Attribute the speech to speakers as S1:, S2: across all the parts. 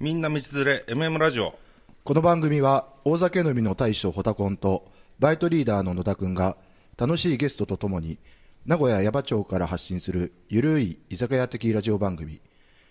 S1: みんな道連れ MM ラジオ
S2: この番組は大酒飲みの大将ホタコンとバイトリーダーの野田くんが楽しいゲストとともに名古屋矢場町から発信するゆるい居酒屋的ラジオ番組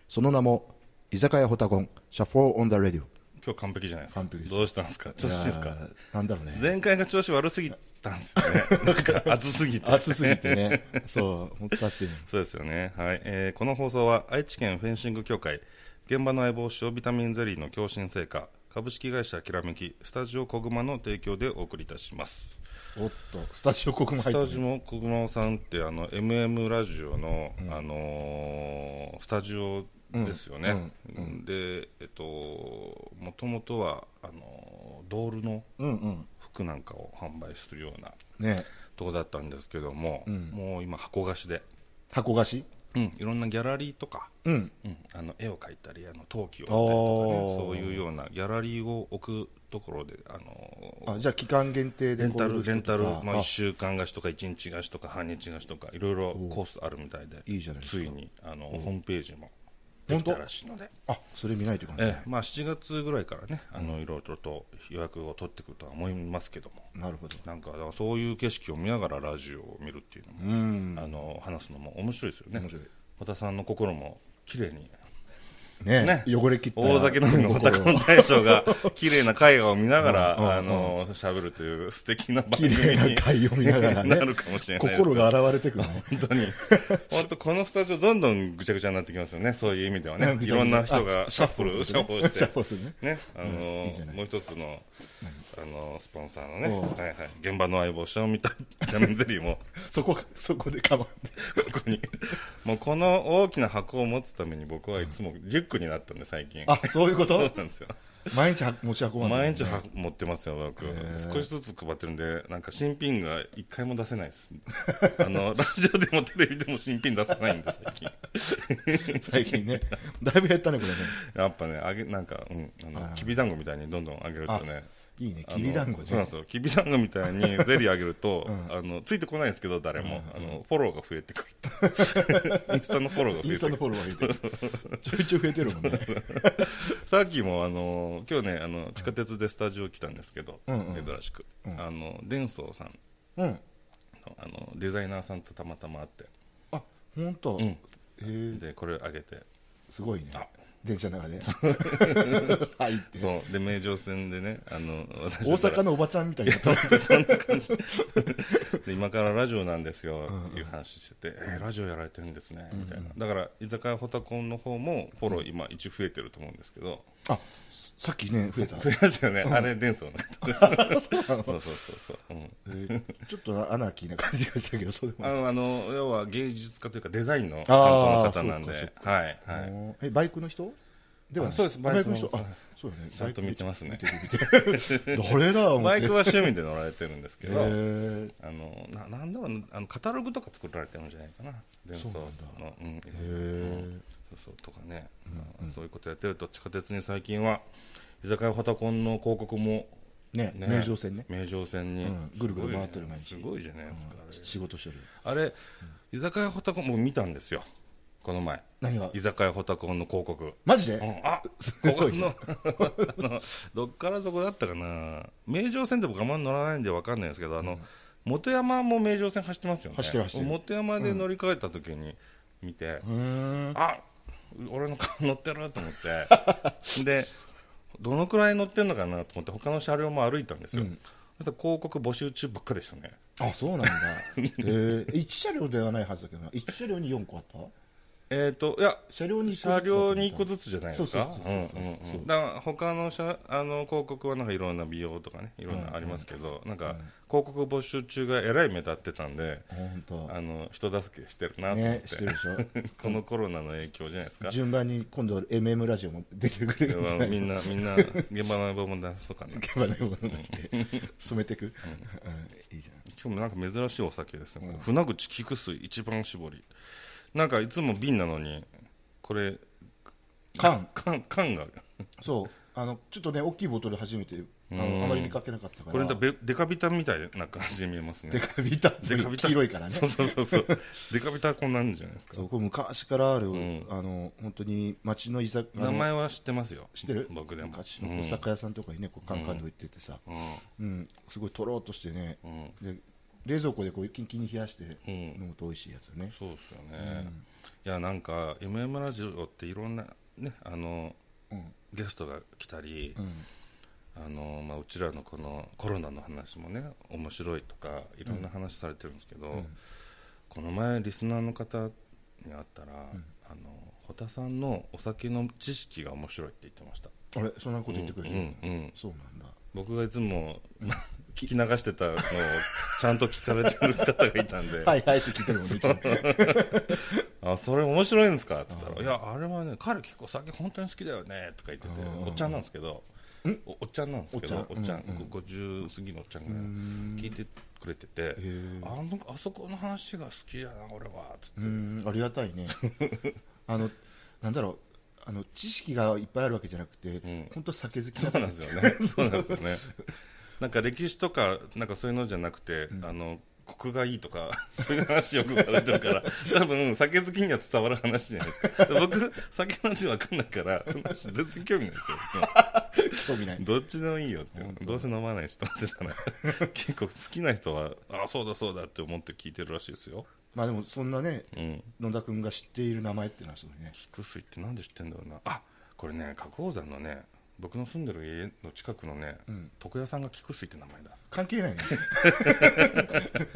S2: その名も居酒屋ホタコンシャッフォーオンザレディオ
S1: 今日完璧じゃないですか
S2: 完璧です
S1: どうしたんですか調子いいです
S2: い
S1: か
S2: やーなんだろうね
S1: 前回が調子悪すぎたんですよね なんか暑すぎて
S2: 暑すぎてねそう本当暑いね
S1: そうですよね、はいえーこの放送は愛知県フェンシング協会現場の相棒塩ビタミンゼリーの共振成果株式会社きらめきスタジオ小熊の提供でお送りいたします
S2: おっとスタジオ国も
S1: ス
S2: 入っ
S1: タ
S2: て
S1: ジ
S2: る
S1: オ小熊さんってあの MM ラジオの、あのースタジオですよね、でえっともともとはあのードールの
S2: うんうん
S1: 服なんかを販売するような
S2: ね
S1: とこだったんですけども、もう今箱貸しで、
S2: 箱菓子
S1: うん、いろんなギャラリーとか、
S2: うん
S1: うん、あの絵を描いたりあの陶器を売ったりとかね
S2: お
S1: そう
S2: ー
S1: いうようなギャラリーを置くところであの
S2: あじゃあ期間限定で
S1: レンタルレンタル、まあ、
S2: ま
S1: 1週間貸しとか1日貸しとか半日貸しとかいろいろコースあるみたいで
S2: いいじゃないですか
S1: ついにあの、ホームページもできたらしいので、
S2: あそれ見ないといけない
S1: ええまあ、7月ぐらいからねあのいろいろと予約を取ってくるとは思いますけども。
S2: なるほど
S1: なんかだからそういう景色を見ながらラジオを見るっていうのも、あの話すのも面白いですよね
S2: 面白い
S1: 小田さんの心も綺麗に
S2: ね
S1: ね
S2: 汚れ切った
S1: 大酒飲みのオタクの大将が綺麗な絵画を見ながらあの喋るという素敵な番
S2: 綺
S1: 組に
S2: 麗な回を見ながらね
S1: なるかもしれないです
S2: 心が現れてくるね
S1: 本当に本当このスタジオどんどんぐちゃぐちゃになってきますよねそういう意味ではね
S2: ね
S1: いろんな人がシャッフルシャッフルし
S2: シャッフル
S1: て
S2: するね
S1: ねあの
S2: いいじゃない
S1: もう一つのあのスポンサーのね
S2: おう
S1: はいはい現場の相棒シャオミタビタミンゼリーも
S2: そこそこでかばんで
S1: ここにもうこの大きな箱を持つために僕はいつもリュックになったんで最近
S2: あそういうこ
S1: そう
S2: と
S1: なんですよ
S2: 毎日持ち運ばない
S1: 毎日は持ってますよ、僕、少しずつ配ってるんで、なんか新品が一回も出せないです、 あのラジオでもテレビでも新品出せないんで、最 近、
S2: 最近ねだいぶ減ったねこれね
S1: やっぱね、あげなんか、うんあのきびだんごみたいにどんどんあげるとね、
S2: いいね
S1: あの
S2: きびだんご
S1: そうなん
S2: ね
S1: ですよ、きびだんごみたいにゼリーあげる と、あのついてこないんですけど、誰も、あのフォローが増えてくる と、インスタのフォローが増
S2: イン
S1: え
S2: スタ
S1: て
S2: の
S1: く
S2: フォ
S1: る。
S2: ロワーがいてちょいちょい増えてるもんね
S1: さっきもあの今日ねあの地下鉄でスタジオ来たんですけど、
S2: うんうん
S1: 珍しく、あのデンソーさん
S2: うん
S1: のあのデザイナーさんとたまたま会って
S2: あ本当
S1: ん
S2: へえ
S1: でこれあげて
S2: すごいね
S1: あ
S2: 電車の 中で入って
S1: そうで名城線でねあの私
S2: 大
S1: だか
S2: 阪のおばちゃんみたいな
S1: らそんな感じで今からラジオなんですよっていう話してて、えーラジオやられてるんですねみたいなだから居酒屋ホタコンの方もフォロー今一応増えてると思うんですけど、
S2: あさっきね増えた
S1: 増えましたよね、あれデンソーの方 そうそうそうそう、うん
S2: えーちょっとアナーキーな感じがしたけどそうでも
S1: あのあの要は芸術家というかデザインの担当の
S2: あー
S1: 方なんで
S2: そう
S1: はいはい
S2: ないえバイクの人ではない
S1: あそうです
S2: バイク
S1: バ
S2: の人
S1: イクの
S2: あそうだね
S1: ちゃんと見てますね
S2: 誰だ思っ
S1: バイ
S2: て
S1: クは趣味で乗られてるんですけど、
S2: へ
S1: あのななんだろうなあのカタログとか作られてるんじゃないかな伝送のうんいろいろうんそうそうとかね、まあそういうことやってると地下鉄に最近は居酒屋ホタコンの広告も、
S2: えね名城線ね
S1: 名城線に、
S2: うんぐるぐる回ってる毎日
S1: すごいじゃないですか、
S2: 仕事してる
S1: あれあれ居酒屋ホタコンもう見たんですよこの前
S2: 何が
S1: 居酒屋ホタコンの広告
S2: マジ
S1: う
S2: で
S1: んあここのあのどっからどこだったかな名城線で僕あんま乗らないんで分かんないんですけどあの、本山も名城線走ってますよね
S2: 走ってる走ってる
S1: 本山で乗り換えた時に見て、
S2: うーん
S1: あ俺の顔乗ってると思って でどのくらい乗ってるのかなと思って他の車両も歩いたんですよ、そしたら広告募集中ばっかでしたね
S2: あそうなん だえー1車両ではないはずだけどな1車両に4個あった
S1: えっ、といや
S2: 車両に一個ずつ
S1: 車両に1個ずつじゃないですか
S2: そうそう
S1: う
S2: そ
S1: ん
S2: う
S1: う
S2: そうん
S1: うんだから他の車あの広告はなんかいろんな美容とかねいろんなありますけど、なんか広告募集中がえらい目立ってたんで、
S2: 本当
S1: あの人助けしてるなと思っ
S2: ね
S1: て,、
S2: してるでし
S1: このコロナの影響じゃないですか
S2: ょ順番に今度 MM ラジオも出てくれ るんじゃ
S1: あ
S2: な
S1: の
S2: い
S1: みんな みんな現場の相棒も出そうかな今
S2: 現場のもの出して 染めてくうんいいじゃ
S1: 日もなんか珍しいお酒ですね、船口菊水一番搾りなんかいつも瓶なのにこれ
S2: ん缶
S1: 缶缶が
S2: そうあのちょっとね大きいボトル初めてあのあまり見かけなかったから
S1: これだべデカビタみたいな感じに見えます
S2: デ
S1: ね
S2: カビタって
S1: デカビタ
S2: 黄色いからね
S1: そうそうそうそうデカビタこんなんじゃないですか
S2: そうこれ昔からある、
S1: ん
S2: あの本当に町の居酒あの
S1: 名前は知ってますよ
S2: 知ってる
S1: 僕でも
S2: 昔のお酒屋さんとかにねこうカンカンと置いててさ、
S1: うん
S2: うんすごいとろーっとしてね、
S1: うん
S2: で冷蔵庫でこうキンキンに冷やして
S1: うん
S2: 飲むと美味しいやつよね、
S1: そうですよね、いやなんか MM ラジオっていろんなねあの
S2: うん
S1: ゲストが来たり、
S2: うん
S1: あのまあ、うちらのこのコロナの話もね面白いとかいろんな話されてるんですけど、この前リスナーの方に会ったら、あの堀田さんのお酒の知識が面白いって言ってました
S2: あれそんなこと言ってくれてるの、
S1: うんうん
S2: そうなんだ
S1: 僕がいつも 聞き流してたのをちゃんと聞かれてる方がいたん で、
S2: はいはいって聞いてるもんねいつも
S1: あそれ面白いんですかって言ったら「いやあれはね彼結構酒本当に好きだよね」とか言ってておっちゃんなんですけどおおっちゃんなんですけど
S2: お
S1: お
S2: っちゃん
S1: っちゃんご50過ぎのおっちゃんが聞いてくれてて「あのあそこの話が好きやな俺は」つって
S2: うんありがた いねあのなんだろうあの知識がいっぱいあるわけじゃなくて、
S1: ん
S2: 本当酒好き
S1: そ
S2: だ
S1: うなんですよね そうなんですよねなんか歴史とかなんかそういうのじゃなくて、あのコクがいいとか そういう話よくされてる から多分酒好きには伝わる話じゃないですか僕酒の味わかんないからその話全然興味ないですよいつも
S2: 興味な い
S1: どっちでもいいよってどうせ飲まないしと思って たら結構好きな人はあそうだそうだって思って聞いてるらしいですよ、
S2: まあでもそんなね
S1: うん、
S2: 野田君が知っている名前っていうのはすごいね
S1: 菊水ってなんで知ってんだろうなあこれね花崗山のね僕の住んでる家の近くのね、床屋さんが菊水って名前だ
S2: 関係ない ね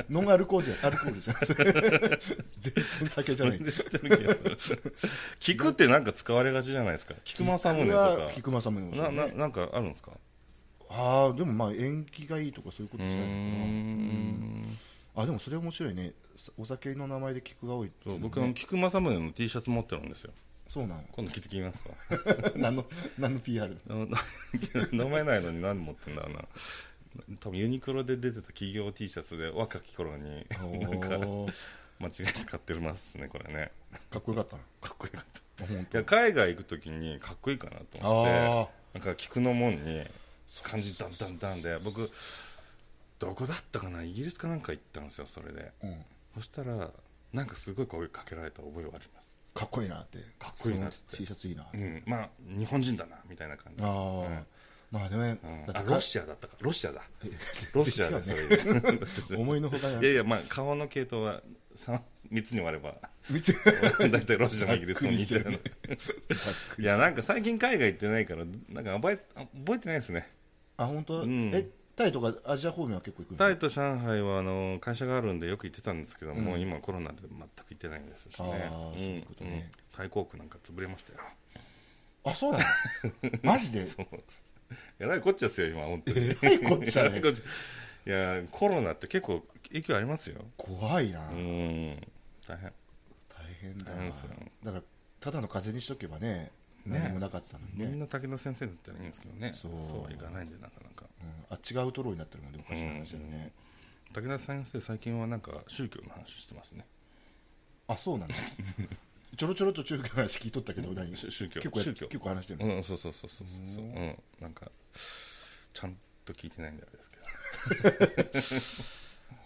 S2: ノンアルコールじゃアルコールじゃ全然酒じゃない
S1: それで知ってる気がする菊ってなんか使われがちじゃないですか菊間さんもねと
S2: は
S1: か
S2: 菊間さんもね
S1: なななんかあるんですか
S2: ああでもまあ縁起がいいとかそういうこと
S1: う
S2: じゃないのか
S1: ん
S2: なあでもそれ面白いねお酒の名前で菊が多いってい
S1: そうう
S2: のね
S1: 僕あの菊間さんもの T シャツ持ってるんですよ
S2: そう なの
S1: 今度着てきますか
S2: 何の何の PR
S1: あの飲めないのに何持ってんだろうな多分ユニクロで出てた企業 T シャツで若き頃になんか
S2: おー
S1: 間違えて買ってますねこれね
S2: かっこよかったな
S1: かっこよかった
S2: あ本
S1: いや海外行く時にかっこいいかなと思ってなんか菊の門に感じダンダンダンで僕どこだったかなイギリスかなんか行ったんですよそれで
S2: 当うん
S1: そしたらなんかすごい声かけられた覚えはあります
S2: かっこいいなって
S1: かっこいいなっつって
S2: その T シャツいいな、
S1: うんまあ日本人だなみたいな感じ
S2: ああ、
S1: うん
S2: まあでもね、
S1: うん
S2: だ
S1: あ
S2: って
S1: ロシアだったかロシアだロシアです
S2: ね
S1: よ
S2: 思いのほか
S1: い
S2: にあ
S1: や
S2: る
S1: いやまあ顔の系統は 3, 三つに割れば
S2: 見て
S1: 大体ロシアもイギリスも似てるの
S2: ざっく
S1: いやなんか最近海外行ってないからなんか覚え覚えてないですね
S2: あ本当、
S1: うん
S2: えタイとかアジア方面は結構行くの
S1: タイと上海はあの会社があるんでよく行ってたんですけども、今コロナで全く行ってないんですしね
S2: あーそういうことね
S1: うんタイ航空なんか潰れましたよ
S2: あそうなのマジで
S1: そうですえらいこっちゃですよ今本当に
S2: えらいこっちゃ
S1: えら
S2: ね
S1: いこっちゃいやコロナって結構影響ありますよ
S2: 怖いな、
S1: うん大変
S2: 大変だ
S1: 大
S2: な
S1: 変ですよ
S2: だからただの風邪にしとけばね
S1: ね
S2: 何もなかったのに
S1: み
S2: ね
S1: んな武田先生だったらいいんですけどね
S2: そ
S1: そううはいかないんでなかなか
S2: うん、あっちがアウトローになってるもんでおかしな話だよね、
S1: 武田先生最近はなんか宗教の話してますね
S2: あそう なんだちょろちょろっと中華の話聞いとったけど何
S1: 宗宗教
S2: 結構や
S1: 宗教
S2: 結構話してるの、
S1: うんそうそうそうそうそううんなんかちゃんと聞いてないんであれですけど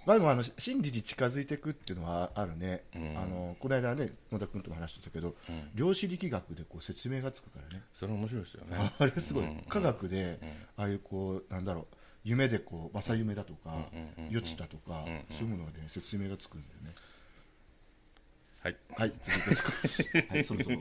S2: まあ、でもあの真理に近づいていくっていうのはあるね、
S1: うん
S2: あのこの間ね野田君とも話してたけど、
S1: うん
S2: 量子力学でこう説明がつくからね、
S1: それ面白いですよね
S2: あれすごい、
S1: うん
S2: 科学で、
S1: うん
S2: ああいうこうなんだろう夢でこう正夢だとか、
S1: うんうんうんうん
S2: 予知だとか、
S1: うんうん
S2: そういうものがね説明がつくんだよね、
S1: はい
S2: はい次 ですかはいそろそろ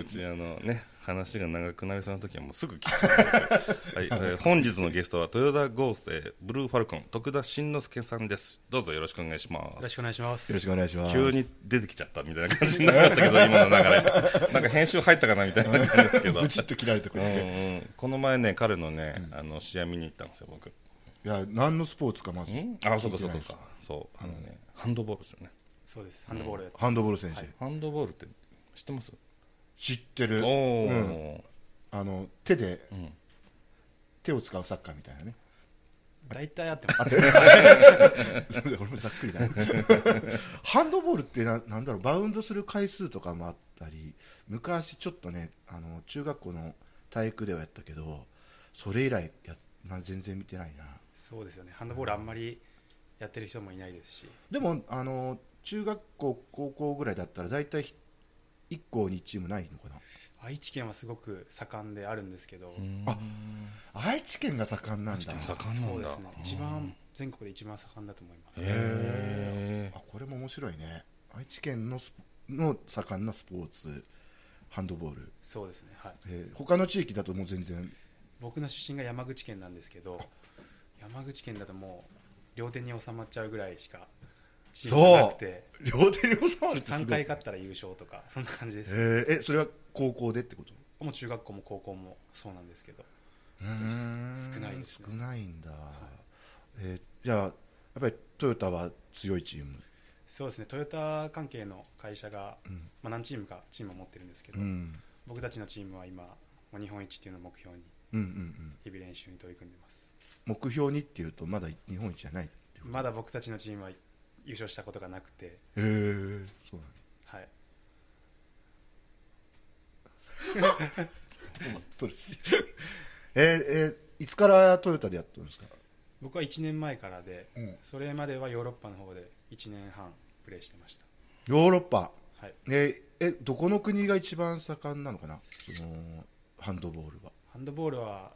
S1: うちあのね話が長くなりそうな時はもうすぐ聞いちゃう、はいえ ー本日のゲストは豊田合成ブルーファルコン徳田新之助さんですどうぞよろしくお願いしま
S3: よろ
S1: す
S3: しくお願いします。
S2: よろしくお願いします
S1: 急に出てきちゃったみたいな感じになりました けど今の流れなんか編集入ったかなみたいな感じですけど
S2: ブチッと切られた こ
S1: う
S2: っちで、
S1: んうんこの前ね彼のね、あの試合見に行ったんですよ僕
S2: いや何のスポーツかまず
S1: あそうか
S2: 聞いて
S1: そう
S2: ない
S1: か
S2: です
S1: そうかそうあのね、ハンドボールですよね
S3: そうです。ハンドボールやって。
S2: ハンドボール選手、
S1: ハンドボールって知ってます
S2: 知ってる
S1: おお
S2: う
S1: ー、
S2: んあの手で、手を使うサッカーみたいなね
S3: 大体合ってます。
S2: 俺もざっくりだなハンドボールってななんだろうバウンドする回数とかもあったり昔ちょっとねあの中学校の体育ではやったけどそれ以来やな全然見てないな
S3: そうですよねハンドボールあんまりやってる人もいないですし
S2: でもあの中学校高校ぐらいだったら大体1校に1チームないのかな
S3: 愛知県はすごく盛んであるんですけど、
S2: あ愛知県が盛んなんだ
S1: 愛知県盛んな
S3: そ
S1: ん
S3: うで
S1: だ
S3: すね一番全国で一番盛んだと思います、
S1: へ
S2: あこれも面白いね愛知県のスポの盛んなスポーツハンドボール、
S3: そうですねはい
S2: えー他の地域だともう全然
S3: 僕の出身が山口県なんですけど山口県だともう両手に収まっちゃうぐらいしかチームがなくて
S2: 両手に収まるってすごい
S3: 3回勝ったら優勝とかそんな感じです、
S2: えーえそれは高校でってこと
S3: もう中学校も高校もそうなんですけど
S2: うん
S3: 少ないですね
S2: 少ないんだ、えーじゃあやっぱりトヨタは強いチーム、
S3: そうですねトヨタ関係の会社が、まあ、何チームかチームを持ってるんですけど、
S2: うん、
S3: 僕たちのチームは今まあ日本一っていうのを目標に
S2: うんうんうん
S3: 日々練習に取り組んでます
S2: 目標にっていうとまだ日本一じゃないってこと
S3: まだ僕たちのチームは優勝したことがなくて
S2: へえー、そうなんだ
S3: はい
S2: そうです。えーえーいつからトヨタでやってるんですか
S3: 僕は1年前からで、
S2: うん
S3: それまではヨーロッパの方で1年半プレーしてました
S2: ヨーロッパ。
S3: はい
S2: えーえ、どこの国が一番盛んなのかなその、ハンドボールは。
S3: ハンドボールは、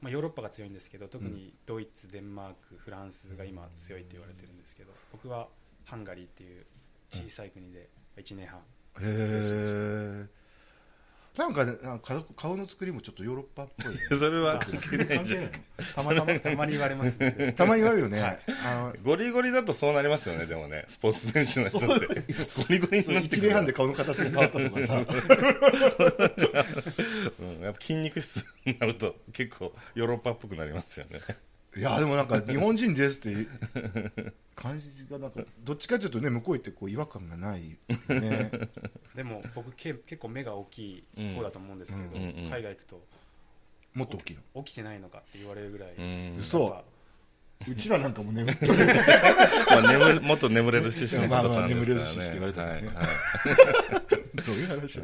S3: まあ、ヨーロッパが強いんですけど特にドイツ、デンマークフランスが今強いって言われてるんですけど僕はハンガリーっていう小さい国で1年半、
S2: へえ。なんかね、なんか顔顔の作りもちょっとヨーロッパっぽいね、
S1: えそれは関係ないじゃん
S3: たまたまたまに言われますね
S2: たまに言われるよね。あ の
S1: ゴリゴリだとそうなりますよねでもねスポーツ選手の人ってゴリゴリになって
S2: 1
S1: くる
S2: 年半で顔の形が変わったとかさ
S1: うん、やっぱ筋肉質になると結構ヨーロッパっぽくなりますよね
S2: いやでもなんか日本人です って感じがなんかどっちかというとね向こう行ってこう違和感がない ね
S3: でも僕け結構目が大きい方だと思うんですけど、
S1: うんうんうん
S3: 海外行くと
S2: もっと大きいの
S3: 起きてないのかって言われるぐらい、
S1: うん
S2: 嘘
S3: なんか
S2: うちらなんかも 眠って
S1: まあ、眠るもっと眠れる獅子の
S2: まあ
S1: 方
S2: ま
S1: さ
S2: あ
S1: んですからね
S2: 眠れる獅子って言われてるね
S1: はいはい
S2: どういう話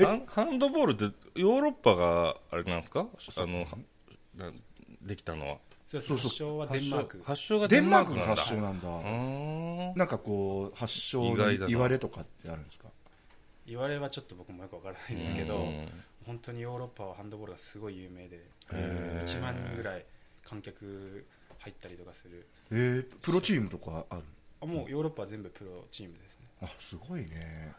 S1: ハンハンドボールってヨーロッパがあれなんですかあのなできたのは
S3: そう
S2: そうそう
S3: 発祥はデンマーク
S1: 発祥が
S2: デ
S1: デ
S2: ン
S1: ン
S2: マ
S1: マ
S2: ー
S1: ー
S2: ク
S1: ク
S2: の
S1: なんだ
S2: 発祥なんだ。
S1: うーん
S2: なんかこう、発祥
S1: 意外だ
S2: の
S1: な
S2: 言われとかってあるんですか
S3: 言われはちょっと僕もよくわからないんですけど、
S1: うん
S3: 本当にヨーロッパはハンドボールがすごい有名で
S1: へー
S3: 1万人ぐらい観客入ったりとかする
S2: えー、プロチームとかある
S3: あもうヨーロッパは全部プロチームですね
S2: あ、すごいね。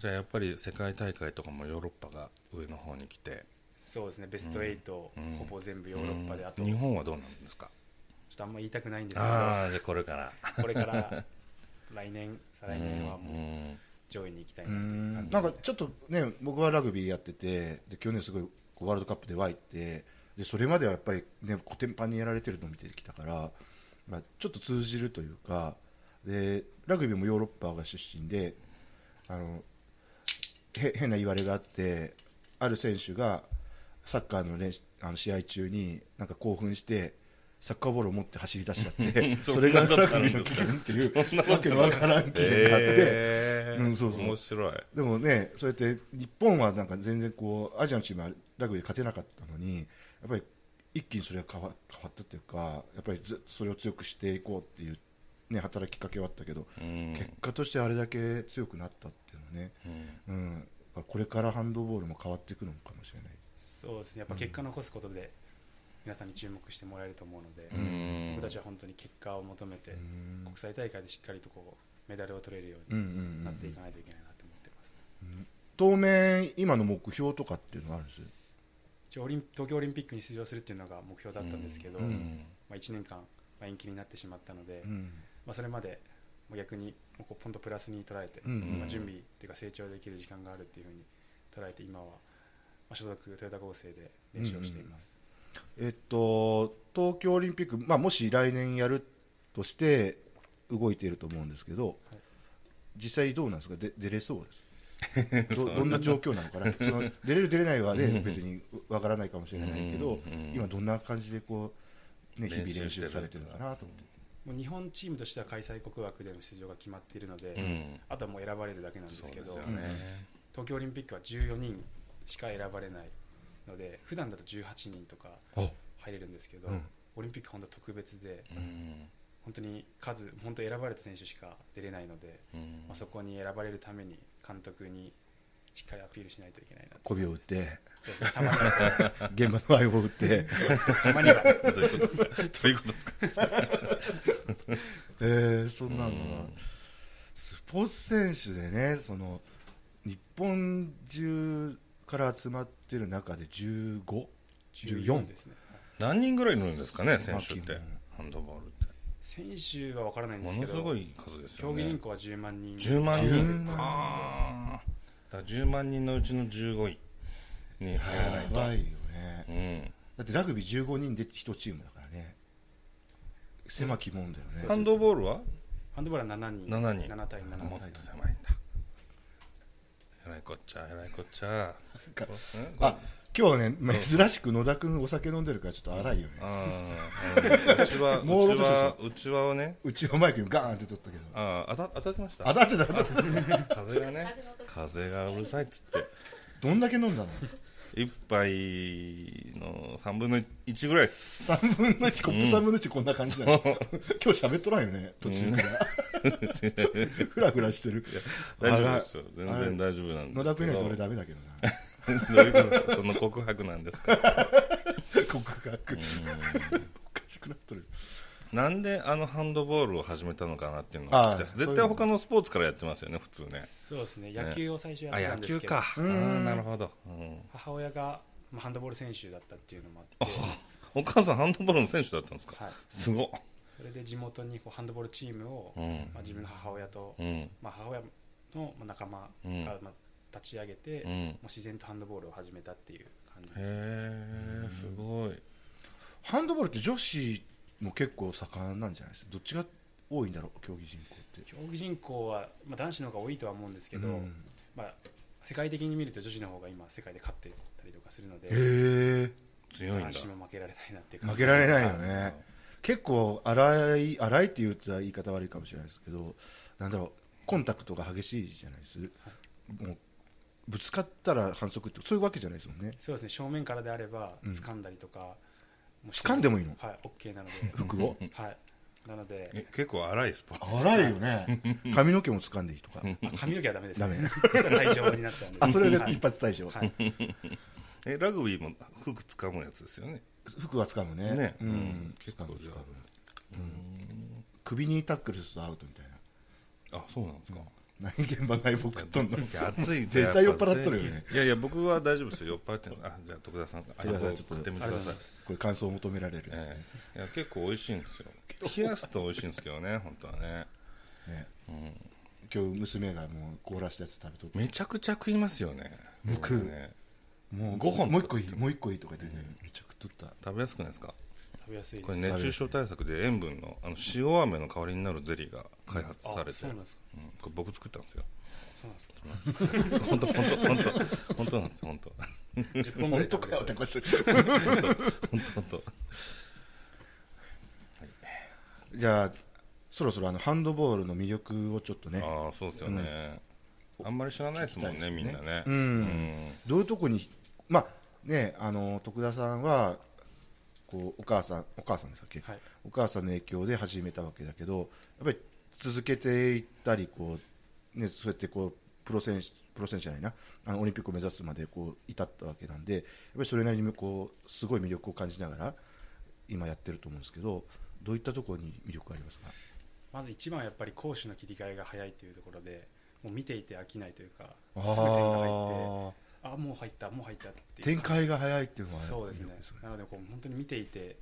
S1: じゃあやっぱり世界大会とかもヨーロッパが上の方に来て
S3: そうですねベスト8、
S1: うん
S3: ほぼ全部ヨーロッパで、
S1: うん
S3: あと
S1: 日
S3: ちょ
S1: 本はどうなんですか
S3: っとあんま言いたくないんですけ
S1: ああじゃあこれから
S3: どこ れから来年再来年はもう
S1: うん
S3: 上位に行きたいうなっていう感
S2: ん。
S3: じ
S2: な
S3: で
S2: ん
S3: すね
S2: かちょっとね、僕はラグビーやってて、で去年すごいこうワールドカップで湧いて、でそれまではやっぱりね、コテンパンにやられてるのを見てきたから、まあ、ちょっと通じるというか、で、ラグビーもヨーロッパが出身で、あの、へ変な言われがあってある選手がサッカーの練習あの試合中になんか興奮してサッカーボールを持って走り出しちゃって そ
S1: そ
S2: れ
S1: ん
S2: が
S1: な
S2: ラ
S1: ことあ
S2: グ
S1: る
S2: ビ
S1: んで
S2: ーの危
S1: すか
S2: 険っていうわけのわからん危険があって、
S1: え
S2: うんそうそう
S1: 面白い
S2: でもねそうやって日本はなんか全然こうアジアのチームはラグビーで勝てなかったのにやっぱり一気にそれが変わ変わったというかやっぱりずっとそれを強くしていこうっていう、ね、働きかけはあったけど、
S1: うん
S2: 結果としてあれだけ強くなったっていうのはね、
S1: うん
S2: うん、これからハンドボールも変わっていくのかもしれない。
S3: そうですねやっぱ結果残すことで皆さんに注目してもらえると思うので、
S1: うん
S3: 僕たちは本当に結果を求めて、国際大会でしっかりとこうメダルを取れるよ
S2: う
S3: う
S2: んう
S3: に
S2: んう
S3: なっ
S2: ん
S3: ていかないといけないなと思ってます、
S2: 当面、今の目標とかっていうのはあるんです
S3: 一応オリン東京オリンピックに出場するっていうのが目標だったんですけど、
S2: うん
S3: まあ、1年間、まあ延期になってしまったので、
S2: うん
S3: まあ、それまでもう逆にもうこうポンとプラスに捉えて、
S2: うんうん
S3: まあ、準備っていうか成長できる時間があるっていうふうに捉えて今は、まあ、所属トヨタ合成で練習をしています、
S2: えっと、東京オリンピック、まあ、もし来年やるとして動いていると思うんですけど、
S3: はい
S2: 実際どうなんですか、で出れそうです どどんな状況なのかな、その出れる、出れないは、ね、別にわからないかもしれないけど
S1: うんうんうん、
S2: 今、どんな感じでこう、ね、日々
S1: 練習してる
S2: 練習されてるのかなと思って。
S3: もう日本チームとしては開催国枠での出場が決まっているので、
S1: うん
S3: あとはもう選ばれるだけなんで
S1: そ
S3: す
S1: う
S3: け
S1: で
S3: ど
S1: すよね
S3: 東京オリンピックは14人しか選ばれないので普段だと18人とか
S2: あ
S3: 入れるんですけど、
S2: うん
S3: オリンピックは本当特別で
S1: うん
S3: 本当に数本当選ばれた選手しか出れないので、
S1: うん
S3: まあ、そこに選ばれるために監督にしっかりアピールしないといけないなと
S2: 媚びを打って
S3: そうですねたまには
S2: 現場の愛を打って
S3: たまには
S1: どういうことですか どういうことですか
S2: えー、そんなのがスポーツ選手でねその日本中から集まってる中で1514
S3: 14ですね
S1: 何人ぐらいいるんですかね選手っ
S2: マーキー
S1: て
S2: も
S1: ハンドボールって
S3: 選手は分からないんで
S1: も
S3: すけ
S1: の
S3: ど
S1: すごい数ですよ
S3: 競技人
S1: ね
S3: 口は10万人
S1: 10万人
S2: 10万人
S1: あーだから10万人のうちの15位に入らない
S2: や
S1: と
S2: ばいよね
S1: うん
S2: だってラグビー15人で1チームだからね狭きもんだよね
S1: ハンドボールは
S3: ハンドボールは7人
S1: 7人
S3: 7対7
S1: もっと狭いんだえらいこっちゃえらいこっちゃ
S2: か
S1: うん
S2: あ今日はね珍しく野田君お酒飲んでるからちょっと荒いよね
S1: あ ーうんうちは
S2: もう
S1: うち
S2: ロー
S1: はうちわをね
S2: うちのマイクにガーンって取ったけど
S1: あー当た当たってまし
S2: あ
S1: た
S2: だってだだって
S1: 風がね風がうるさいっつって
S2: どんだけ飲んだの
S1: 一杯の3分の1ぐらいです
S2: 3分の1コップ3分の1こんな感じだよ、今日喋っとらんよね途中から ふらふらしてる
S1: 大丈夫ですよ全
S2: あれ
S1: 然大丈夫なんで
S2: 野
S1: す
S2: 田
S1: け
S2: 君
S1: ど
S2: いないと俺ダメだけどな
S1: どういうことですかその告白なんですか
S2: 告白おかしくなっとる
S1: なんであのハンドボールを始めたのかなっていうのを聞きたいです
S2: あーそう
S1: 絶
S2: いうの
S1: 対他のスポーツからやってますよね普通ね
S3: そうですね野球を最初やっ
S1: あ
S3: てた
S1: 野
S3: んです
S1: 球
S3: けど、
S1: かあーなるほど、うん
S3: 母親がまあハンドボール選手だったっていうのもあって、
S1: お母さんハンドボールの選手だったんですか
S3: はい、
S1: すごっ
S3: それで地元にこうハンドボールチームを、
S1: うん
S3: まあ、自分の母親と、
S1: うん
S3: まあ、母親のまあ仲間が
S1: うん
S3: まあ立ち上げて、
S1: うん
S3: も
S1: へ
S3: う自然とハンドボールを始めたっていう感じです、
S1: えすごい
S2: ハンドボールって女子も結構盛んなんじゃないですかどっちが多いんだろう競技人口って
S3: 競技人口は、まあ、男子の方が多いとは思うんですけど、
S2: うん
S3: まあ、世界的に見ると女子の方が今世界で勝ってたりとかするので
S2: へ
S1: 強いんだ
S3: 男子も負けられないなっていう
S2: え負
S3: 感じ
S2: けられないよ
S3: はい
S2: ね結構荒い荒いって言ったら言い方悪いかもしれないですけどなんだろうコンタクトが激しいじゃないですもうぶつかったら反則ってそういうわけじゃないですもんね
S3: そうですね正面からであれば掴んだりとか、もうして
S2: 掴んでもいいの
S3: はい OK なので
S2: 服を
S3: はいなので
S1: え結構荒いスポーツ
S2: 荒いよね 髪の毛も掴んでいいとか
S3: あ髪の毛はダメです、
S2: ダ メ
S3: それは退場になっちゃうんです
S2: あそれで
S3: はい
S2: 一発退場
S3: はい
S1: えラグビーも服掴むやつですよね
S2: 服は掴むね
S1: ね
S2: うん
S1: 結
S2: 掴
S1: 構
S2: む
S1: じ
S2: 掴
S1: ゃ
S2: む首にタックルするとアウトみたい
S1: あ
S2: な
S1: あそうなんですか
S2: 何現場内僕とんの
S1: いや暑い
S2: 絶対酔っ払っとるよね
S1: いやいや僕は大丈夫ですよ酔っ払ってんのあじゃあ徳田さんあ
S2: 田さん
S1: れを
S2: ちょっと
S1: 食ってみてください
S2: これ感想を求められるやつ
S1: ええいや結構美味しいんですよ冷やすと美味しいんですけど ね本当はね
S2: ね今日娘がもう凍らしたやつ食べとって
S1: めちゃくちゃ食いますよね
S2: 僕
S1: ね
S2: もう
S1: ご飯
S2: もう一個いいもう一個いいとか言ってねめちゃくちゃ取っ
S1: 食べやすくないですか
S3: 食べやすいです
S1: これ熱中症対策で塩分のあの塩飴の代わりになるゼリーが開発
S3: あ
S1: されて、
S3: そううんなんですか
S1: これ僕作ったんですよ
S3: そうなんですか
S1: 本当本当本当本当なんです本当
S3: 10
S2: た
S3: 本ぐら
S2: 本
S3: い
S2: 当かよってこっち
S1: 本当本当
S2: じゃあそろそろあのハンドボールの魅力をちょっとね
S1: ああそうですよね、あんまり知らないですもんねみんなね
S2: うんどういうとこにまあねあの徳田さんはこうお母さんお母さんでしたっけ、
S3: はい
S2: お母さんの影響で始めたわけだけどやっぱり続けていったりこう、ね、そうやってこうプロ選手プロ選手じゃないなあのオリンピックを目指すまでこう至ったわけなんでやっぱりそれなりにこうすごい魅力を感じながら今やってると思うんですけどどういったところに魅力がありますか
S3: まず一番はやっぱり攻守の切り替えが早いというところでもう見ていて飽きないというかすぐ点が入って
S2: あ
S3: あもう入ったもう入ったっていう
S2: 展開が早いっていうのは
S3: そうですね
S2: 魅力
S3: なのでこう本当に見ていて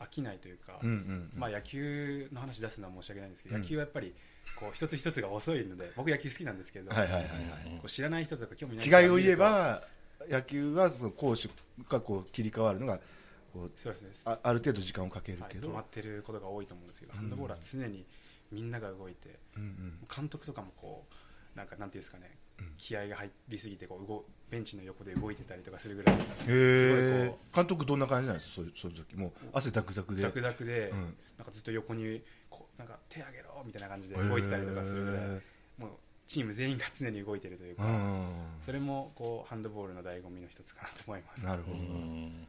S3: 飽きないというか、
S2: うんうんうん
S3: まあ、野球の話出すのは申し訳ないんですけど、
S2: うん
S3: 野球はやっぱりこう一つ一つが遅いので僕野球好きなんですけど、
S2: はいはいはいはい
S3: こう知らない人とか興味ない人が
S2: 違いを
S3: 見る
S2: 言
S3: と
S2: えば野球はその攻守がこう切り替わるのがこう
S3: そうですね
S2: あある程度時間をかける
S3: はい、
S2: けど、
S3: 止まってることが多いと思うんですけど、ハンドボールは常にみんなが動いて
S2: うんうん
S3: 監督とかもこうなんかなんていうんですかね、気合が入りすぎてこう動ベンチの横で動いてたりとかするぐらいすごい
S2: へ
S3: こ
S2: ー監督どんな感じなんですかそういうその時もう汗だくざく
S3: う
S2: で
S3: ザクザクで、
S2: うん
S3: なんかずっと横にこうなんか手あげろみたいな感じで動いてたりとかするぐらい、
S2: へー
S3: もうチーム全員が常に動いてるという
S2: う
S3: か、
S2: ん
S3: それもこうハンドボールの醍醐味の一つかなと思います。
S2: なるほ
S1: う
S2: ど、
S1: ん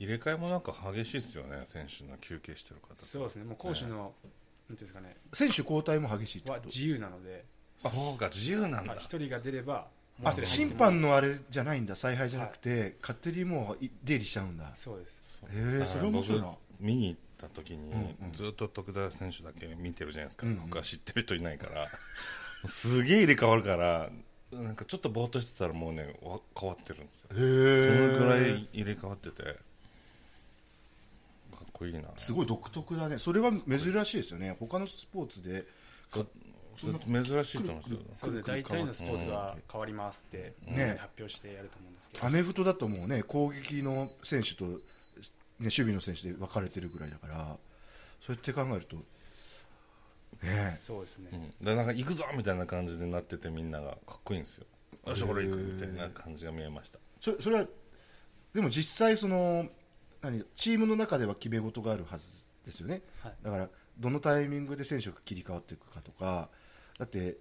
S1: 入れ替えもなんか激しいですよね、選手の休憩してる方と
S3: そうですね、もう攻守の、なんていうんですかね、
S2: 選手交代も激しいってこ
S3: は
S2: と
S3: 自由なので、
S1: あそうか、自由なん
S3: ま
S1: だ
S3: あ、、一人が出れば、もう一
S2: あ
S3: 人入っても
S2: 審判のあれじゃないんだ采配じゃなくて、勝手にもうい出入りしちゃうんだ
S3: そうです。
S2: へえそれ面白いな
S1: 僕見に行った時に、
S2: うんうん
S1: ずっと徳田選手だけ見てるじゃないですか、
S2: うんうん
S1: 他知ってる人いないからもうすげえ入れ替わるからなんかちょっとぼーっとしてたらもうねわ変わってるんですよ、
S2: へえ
S1: そのぐらい入れ替わっててかっこいいな
S2: すごい独特だねそれは珍しいですよね他のスポーツでか
S1: それ珍しいと思いますよ
S3: そうですね、大体のスポーツは変わりますって、
S2: ん
S3: みんな
S2: ね
S3: に発表してやると思うんですけど、
S2: アメフトだともうね攻撃の選手と、ね、守備の選手で分かれてるぐらいだからそうやって考えるとねえ
S3: そうですね、
S1: うん、でなんか行くぞみたいな感じになっててみんながかっこいいんですよよし俺行くみたいな感じが見えました
S2: そそれはでも実際その何チームの中では決め事があるはずですよね
S3: はい、
S2: だからどのタイミングで選手が切り替わっていくかとかだって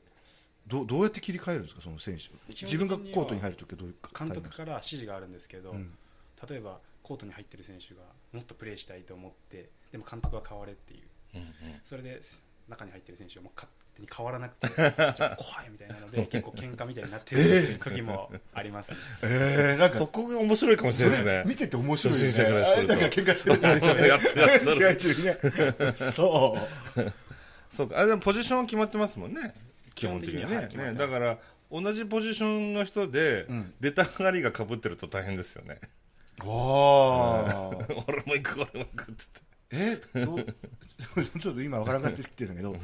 S2: どうどうやって切り替えるんですかその選手
S3: 基本的
S2: 自
S3: には
S2: 分がコートに入るときはどういう
S3: 監
S2: タイミング
S3: 督から指示があるんですけど、
S2: うん
S3: 例えばコートに入ってる選手がもっとプレーしたいと思って、でも監督は変われっていう、
S1: うんうん
S3: それです中に入ってる選手がもう勝手に変わらなく て、ちょっと怖いみたいなので、結構喧嘩みたいになって る時もありますね、
S2: えー、なんか
S1: そこが面白いかもしれないですね
S2: 見てて面白いよね
S1: 初心者からすると
S2: あれなんか喧嘩してるからね
S1: やってるやってる
S2: 試合中にねそう
S1: そうかあれでもポジションは決まってますもんね基本的に
S3: 基
S1: ね
S3: 本的にははい
S1: ね
S3: 決まってま
S1: だ
S3: す
S1: から同じポジションの人で、
S2: うん
S1: 出たがりがかぶってると大変ですよね
S2: ああ
S1: 俺も行く俺も行くって
S2: えどう ちょっと今わからなくなってきてるんだけど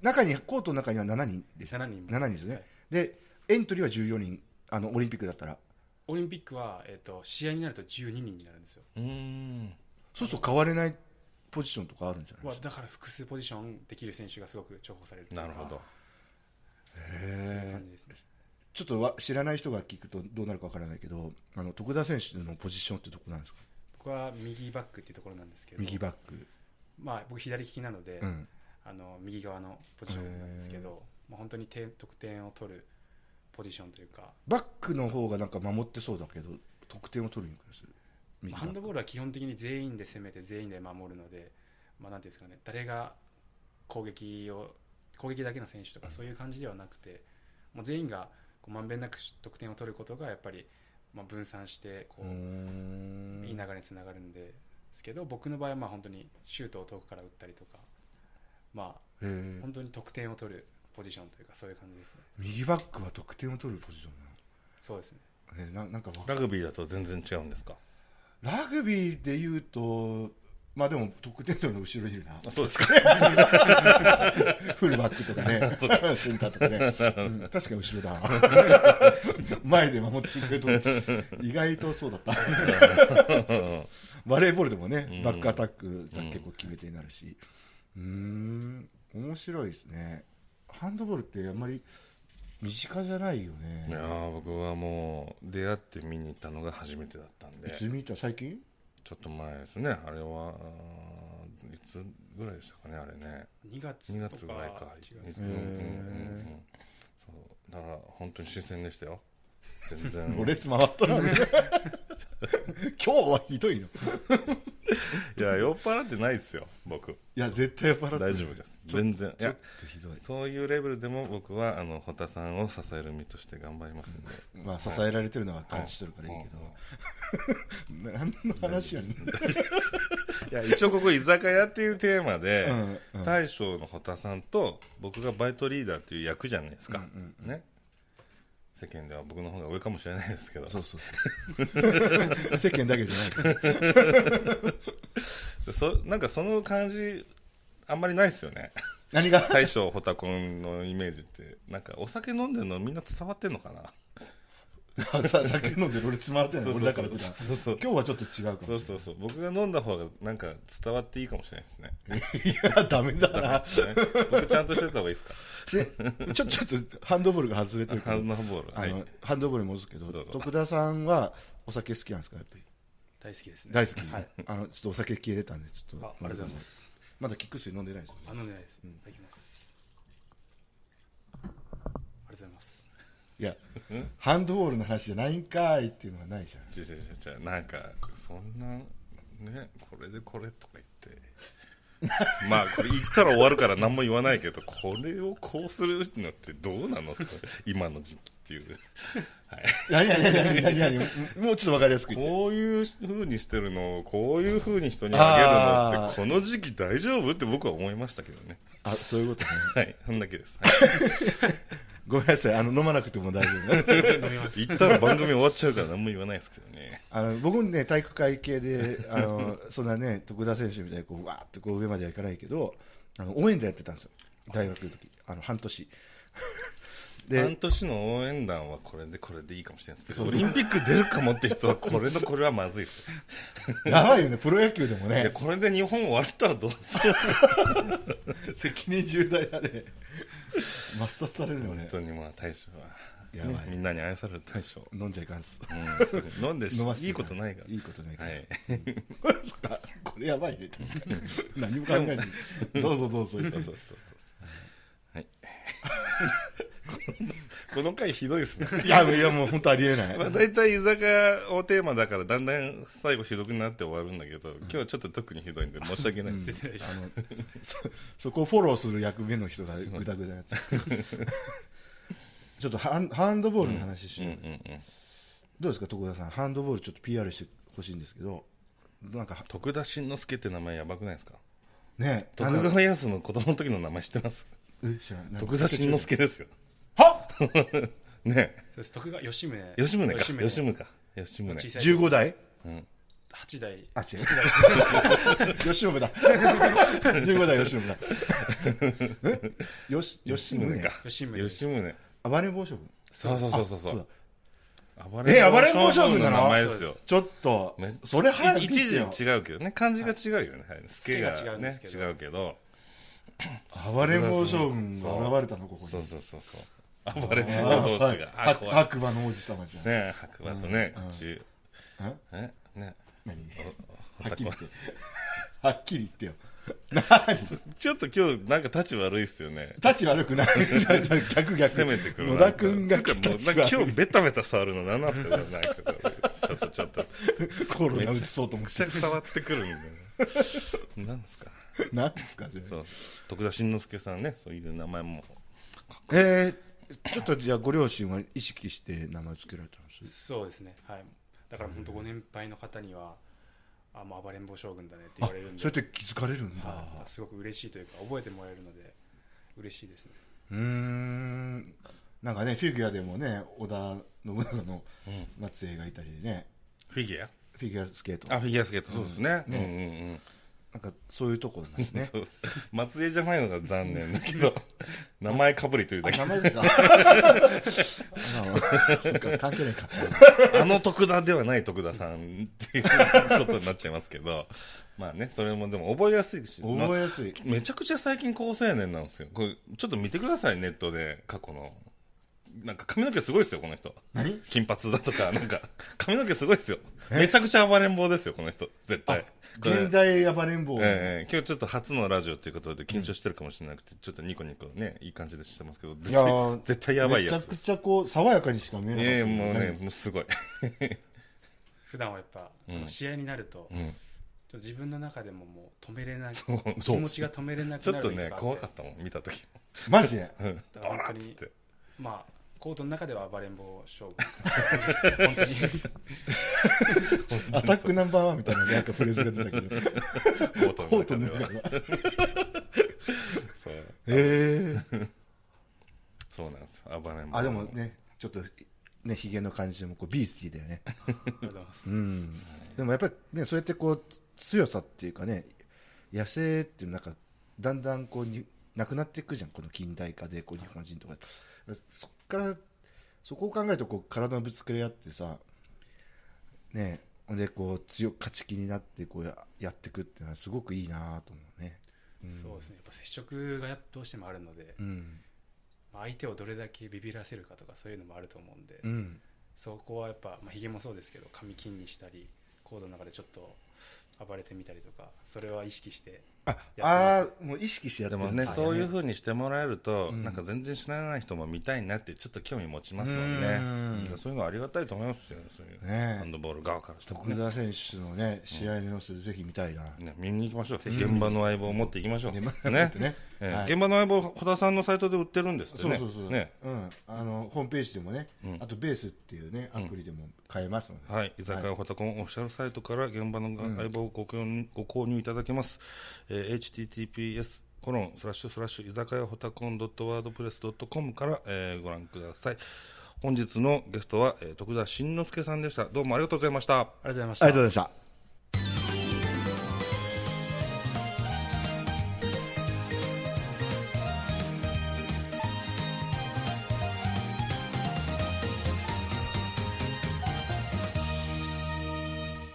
S2: 中にコートの中には7人で
S3: 7人も
S2: 7人ですね、
S3: はい
S2: でエントリーは14人あのオリンピックだったら
S3: オリンピックは、えっと試合になると12人になるんですよ、
S1: 言ってうん
S2: そうすると変われないポジションとかあるんじゃない
S3: は
S2: ですか
S3: だから複数ポジションできる選手がすごく重宝されるという
S1: な
S3: か
S1: るほど
S3: そういう
S2: へ
S3: 感じですね
S2: ちょっとわ知らない人が聞くとどうなるかわからないけどあの徳田選手のポジションってどこなんですか
S3: 僕は右バックっていうところなんですけど
S2: 右バック、
S3: まあ、僕左利きなので、
S2: うん、
S3: あの右側のポジションなんですけど、まあ、本当に点得点を取るポジションというか、
S2: バックの方がなんか守ってそうだけど得点を取るようにする右
S3: ま
S2: バ
S3: あハン
S2: ッ
S3: ド
S2: ク
S3: ボールは基本的に全員で攻めて全員で守るので、まあ、なんていうんですかね誰が攻撃を攻撃だけの選手とかそういう感じではなくてもう全員がこうまんべんなく得点を取ることがやっぱり、まあ、分散してこ
S2: うー
S3: う、
S2: ん
S3: いい流れにつながるんですけど僕の場合はまあ本当にシュートを遠くから打ったりとか、まあ、
S2: へー
S3: 本当に得点を取るポジションというかそういう感じですね。
S2: 右バックは得点を取るポジション
S3: そうですね
S2: なの、ね、ななんかわか
S1: ラグビーだと全然違うんですか
S2: ラグビーで言うとまあでも得点取るの後ろにいるな
S1: あそうですか
S2: フルバックとかね、 センターとかね、うん確かに後ろだ、 前で守ってくれると、意外とそう だった、バレーボールでもね、バックアタックが結構決め手になるし、うーん、面白いですね、ハンドボールってあんまり身近じゃないよ
S1: いや
S2: ね、
S1: ー僕はもう出会って見に行ったのが初めてだったん
S2: い
S1: で
S2: つ見た、最近
S1: ちょっと前ですねあれはあーいつぐらいでしたかねあれね
S3: 2月
S1: 2
S3: と
S1: 月
S3: か
S1: ぐらいか
S3: 1
S1: うん
S3: 月
S1: うんうんうん
S2: へー
S1: そうだから本当に新鮮でしたよ全 然
S2: 列回ったのね今日はひどいの。い
S1: いや酔っ払ってないですよ僕
S2: や、絶対酔っ払ってる
S1: 大丈夫です全然い
S2: ちょ
S1: や
S2: っとひどい。
S1: そういうレベルでも僕はあの堀田さんを支える身として頑張りますんで
S2: まあ、支えられてるのは感じてるからいいけど、何の話やねん。
S1: いや一応ここ居酒屋っていうテーマで、
S2: うんうん
S1: 大将の堀田さんと僕がバイトリーダーっていう役じゃないですか、ね世間では僕の方が上かもしれないですけど
S2: そうそうそう。世間だけじゃないから。
S1: そなんかその感じあんまりないですよね
S2: 何が
S1: 大将ホタコンのイメージってなんかお酒飲んでるのみんな伝わってんのかな
S2: さ酒飲んで俺つまらってないの
S1: そう
S2: 俺
S1: そうそ
S2: だか
S1: う
S2: ら普段
S1: そうそう
S2: 今日はちょっと違うかもし
S1: そうそうそう僕が飲んだ方がなんか伝わっていいかもしれない ですね
S2: れない。いや、ダメだな。
S1: ね僕ちゃんとしてた方がいい ですか
S2: ちょ、ちょっとハンドボールが外れてるか
S1: ハ
S2: ら、
S1: ンドボール
S2: あ
S1: はい
S2: の、ハンドボールに戻すけど、
S1: どうぞ
S2: 徳田さんはお酒好きなんですかやっぱり。
S3: 大好きですね
S2: 大好き
S3: はい、。
S2: あの、ちょっとお酒消えれたんで、ちょっ
S3: あ
S2: と。
S3: ありがとうございま。す
S2: まだキックス飲んでないですよね
S3: あ飲んでないです、いただきますりがとうございます。
S2: いやハンドボールの話じゃないんかいっていうのがないじゃん
S1: 違う違う違う違うなんかそんなねこれでこれとか言って まあこれ言ったら終わるから何も言わないけどこれをこうするのってどうなのって今の時期っていう
S2: いやいやいやいやいやいやもうちょっとわかりやすく言って
S1: こういうふうにしてるのをこういうふうに人にあげるのってこの時期大丈夫って僕は思いましたけどね
S2: あそういうことね
S1: はいそんだけです、
S2: ごめんなさいあの飲まなくても大丈夫
S3: 飲みます。
S1: 言ったら番組終わっちゃうから何も言わないですけどね
S2: あの僕もね体育会系であのそんなね徳田選手みたいにこうわーってこう上まではいかないけどあの応援団やってたんですよ大学の時あの半年
S1: 半
S2: で
S1: 年の応援団はこれでこれでいいかもしれないですけどオリンピック出るかもって人はこれのこれはまずいですよ
S2: やばいよねプロ野球でも
S1: い や
S2: ね
S1: これで日本終わったらどうするんですか
S2: 責任重大だね抹殺されるよ
S1: 本
S2: ね
S1: 当にまあ大将は、
S2: やばい
S1: ねみんなに愛される大将、
S2: 飲んじゃいかんっ す
S1: うん、飲んでし
S2: 飲ませて
S1: いいことないから
S2: いいことないから
S1: はい、
S2: そっかこれやばい ね確かに何も考えずにどうぞどう ぞ
S1: そうそうそうそうはい このこの回ひどいですね
S2: いやいやもう本当ありえない
S1: まあ、大体居酒屋をテーマだからだんだん最後ひどくなって終わるんだけど今日はちょっと特にひどいんで申し訳ないです、
S3: 失礼しま
S2: あ
S3: す
S2: のそ そこをフォローする役目の人がぐだぐだやっちゃう ちょっとハンハンドボールの話し
S1: うん
S2: よう、
S1: うんうん、
S2: どうですか徳田さんハンドボールちょっと PR してほしいんですけどなんか
S1: 徳田新之助って名前やばくないですか
S2: ねあ
S1: 徳
S2: の
S1: 川家康の子供の時の名前知ってます
S2: え知らない
S1: 徳田新之助ですよ
S2: は
S1: ね
S3: そうです徳川吉宗。
S1: え吉宗か
S3: 吉
S1: 吉
S3: 宗。
S1: 宗か吉宗
S3: 小さい時
S2: 15代
S3: 八代。
S2: あ違う 吉信だ15代吉信だえよし吉宗か
S3: 吉宗です
S1: 吉宗
S2: 暴れん坊将軍
S1: そうそうそうそうそ
S2: そうだ
S1: う暴
S2: え暴れん坊将軍な
S1: の
S2: の
S1: 名前ですよ
S2: ちょっと
S1: め
S2: それ早く言って
S1: 一時
S2: よ
S1: 違うけどね漢字が違うよねはい助が
S3: 助が違うんで
S1: ね
S3: すけ
S1: 違
S3: ど
S1: うけど
S2: 暴れん坊将軍が現れたのここ
S1: そう
S2: に
S1: そうそうそう暴れん坊同士が
S2: は
S1: あ
S2: い
S1: 怖い
S2: 白馬の王子様じゃん、
S1: ね白馬とね口
S2: ん
S1: えね
S2: 何
S1: お
S2: はっきり言って
S1: お
S2: はっきり言ってよ何それ
S1: ちょっと今日なんか立ち悪いっすよね
S2: 立ち悪 くないじゃあじゃあ逆逆
S1: 攻めてくる
S2: 野田君が
S1: なんかもうな
S2: 立
S1: ん
S2: ち
S1: か今
S2: 悪
S1: 日
S2: い
S1: ベタベタ触るの何なんすかねなんかこうちょっとちょっとつって
S2: コロナ打ちそうと思
S1: め
S2: っ
S1: ち
S2: て
S1: ゃ触ってくるんだよねなんですか
S2: 何ですかね
S1: そう徳田新之助さんねそういう名前も
S2: えー、ちょっとじゃあご両親は意識して名前つけられたんです
S3: そうですね。はい。だから本当ご年配の方には、あ、もう暴れん坊将軍だねって言われるんで。
S2: そうやって気づかれるんだ、
S3: はいすごく嬉しいというか、覚えてもらえるので、嬉しいですね。
S2: うーんなんかねフィギュアでもね織田信長の末裔がいたりね、
S1: フィギュア
S2: フィギュアスケート
S1: あフィギュアスケートそうですねうんうんうん
S2: なんかそういうところなん ね
S1: そう松江じゃないのが残念だけ ど名前かぶりというだけ
S2: 名 前かそっか関係ないか
S1: あの徳田ではない徳田さんっていうことになっちゃいますけどまあねそれもでも覚えやすいし
S2: 覚えやすい
S1: めちゃくちゃ最近高青年なんですよこれちょっと見てくださいネットで過去のなんか髪の毛すごいですよこの人
S2: 何
S1: 金髪だとかなん か髪の毛すごいですよめちゃくちゃ暴れん坊ですよこの人絶対これ
S2: 現代暴れん坊、
S1: ええ今日ちょっと初のラジオということで緊張してるかもしれなくて、ちょっとニコニコねいい感じでしてますけど絶
S2: いや
S1: 対
S2: ー
S1: 絶対やばいや
S2: めち
S1: つ
S2: ゃくちゃこう爽やかにしか見えない
S1: ええもうねもうすごい、
S3: 普段はやっぱ、
S1: うん
S3: この試合になると、
S1: うん、
S3: ちょっと自分の中でももう止めれない、
S1: う
S3: 気持ちが止めれなく
S1: ちょ
S3: な
S1: っ
S3: る
S1: と
S3: 時
S1: ね
S3: があて
S1: 怖かったもん見た時
S2: マ ジで
S1: うん
S3: だから
S1: あら
S3: 本
S1: っ
S3: 当
S1: つっ
S3: に
S1: て
S3: まあ、コートの中では暴れん坊将軍。本当に。
S2: アタックナンバーワンみたいななんかフレーズが出たけ ど
S1: コ
S2: コー
S1: ー
S2: ト
S1: ト
S2: の
S1: の
S2: 中
S1: 中
S2: で
S1: で
S2: は
S1: はそう
S2: ええ
S1: そうなんです暴れん坊
S2: あでもねちょっとねひげの感じもこうビースティーだよね
S3: ありがとうございます。
S2: うんでもやっぱりねそうやってこう強さっていうかね野生っていうなんかだんだんこうになくなっていくじゃんこの近代化でこう日本人とかそっからそこを考えるとこう体のぶつかり合ってさねほんでこう強く勝ち気になってこうややっていくっていうのはすごくいいなと思うね
S3: そうですね。やっぱ接触がやっぱどうしてもあるので、
S2: うん
S3: まあ相手をどれだけビビらせるかとかそういうのもあると思うんで、
S2: うん
S3: そこはやっぱ、まあ、ヒゲもそうですけど、髪金にしたり、コートの中でちょっと暴れてみたりとかそれは意識して
S2: あ
S3: てます
S2: あーもう意識してやっ
S1: で
S2: て
S1: も
S2: るん
S1: ね、
S2: す
S1: そういうふうにしてもらえると、
S2: ん
S1: なんか全然知らない人も見たいなってちょっと興味持ちますもんね
S2: うん
S1: うんそういうのありがたいと思いますよそういう
S2: ね
S1: ハンドボール側からしても
S2: 徳
S1: ね
S2: 田選手のね試合の様子ぜひ見たいな、
S1: ね見に行きましょう現場の相棒を持っていきましょうね
S2: だ ってね
S1: ええ
S2: はい
S1: 現場の相棒小田さんのサイトで売ってるんですって
S2: そう
S1: ね
S2: そうそう、
S1: ね
S2: うん、あのホームページでもね、
S1: うん
S2: あとベースっていうねアプリでも買えますので、
S1: はい、居酒屋ホタコンオフィシャルサイトから現場の相棒をご購入,、ご購入いただけます。えー https コロンスラッシュスラッシュ居酒屋ホタコンドットワードプレスドットコムから、えーご覧ください。本日のゲストは、えー徳田新之助さんでした。どうもありがとうございました。
S3: ありがとうございまし
S2: あ
S3: た
S2: りがとうございました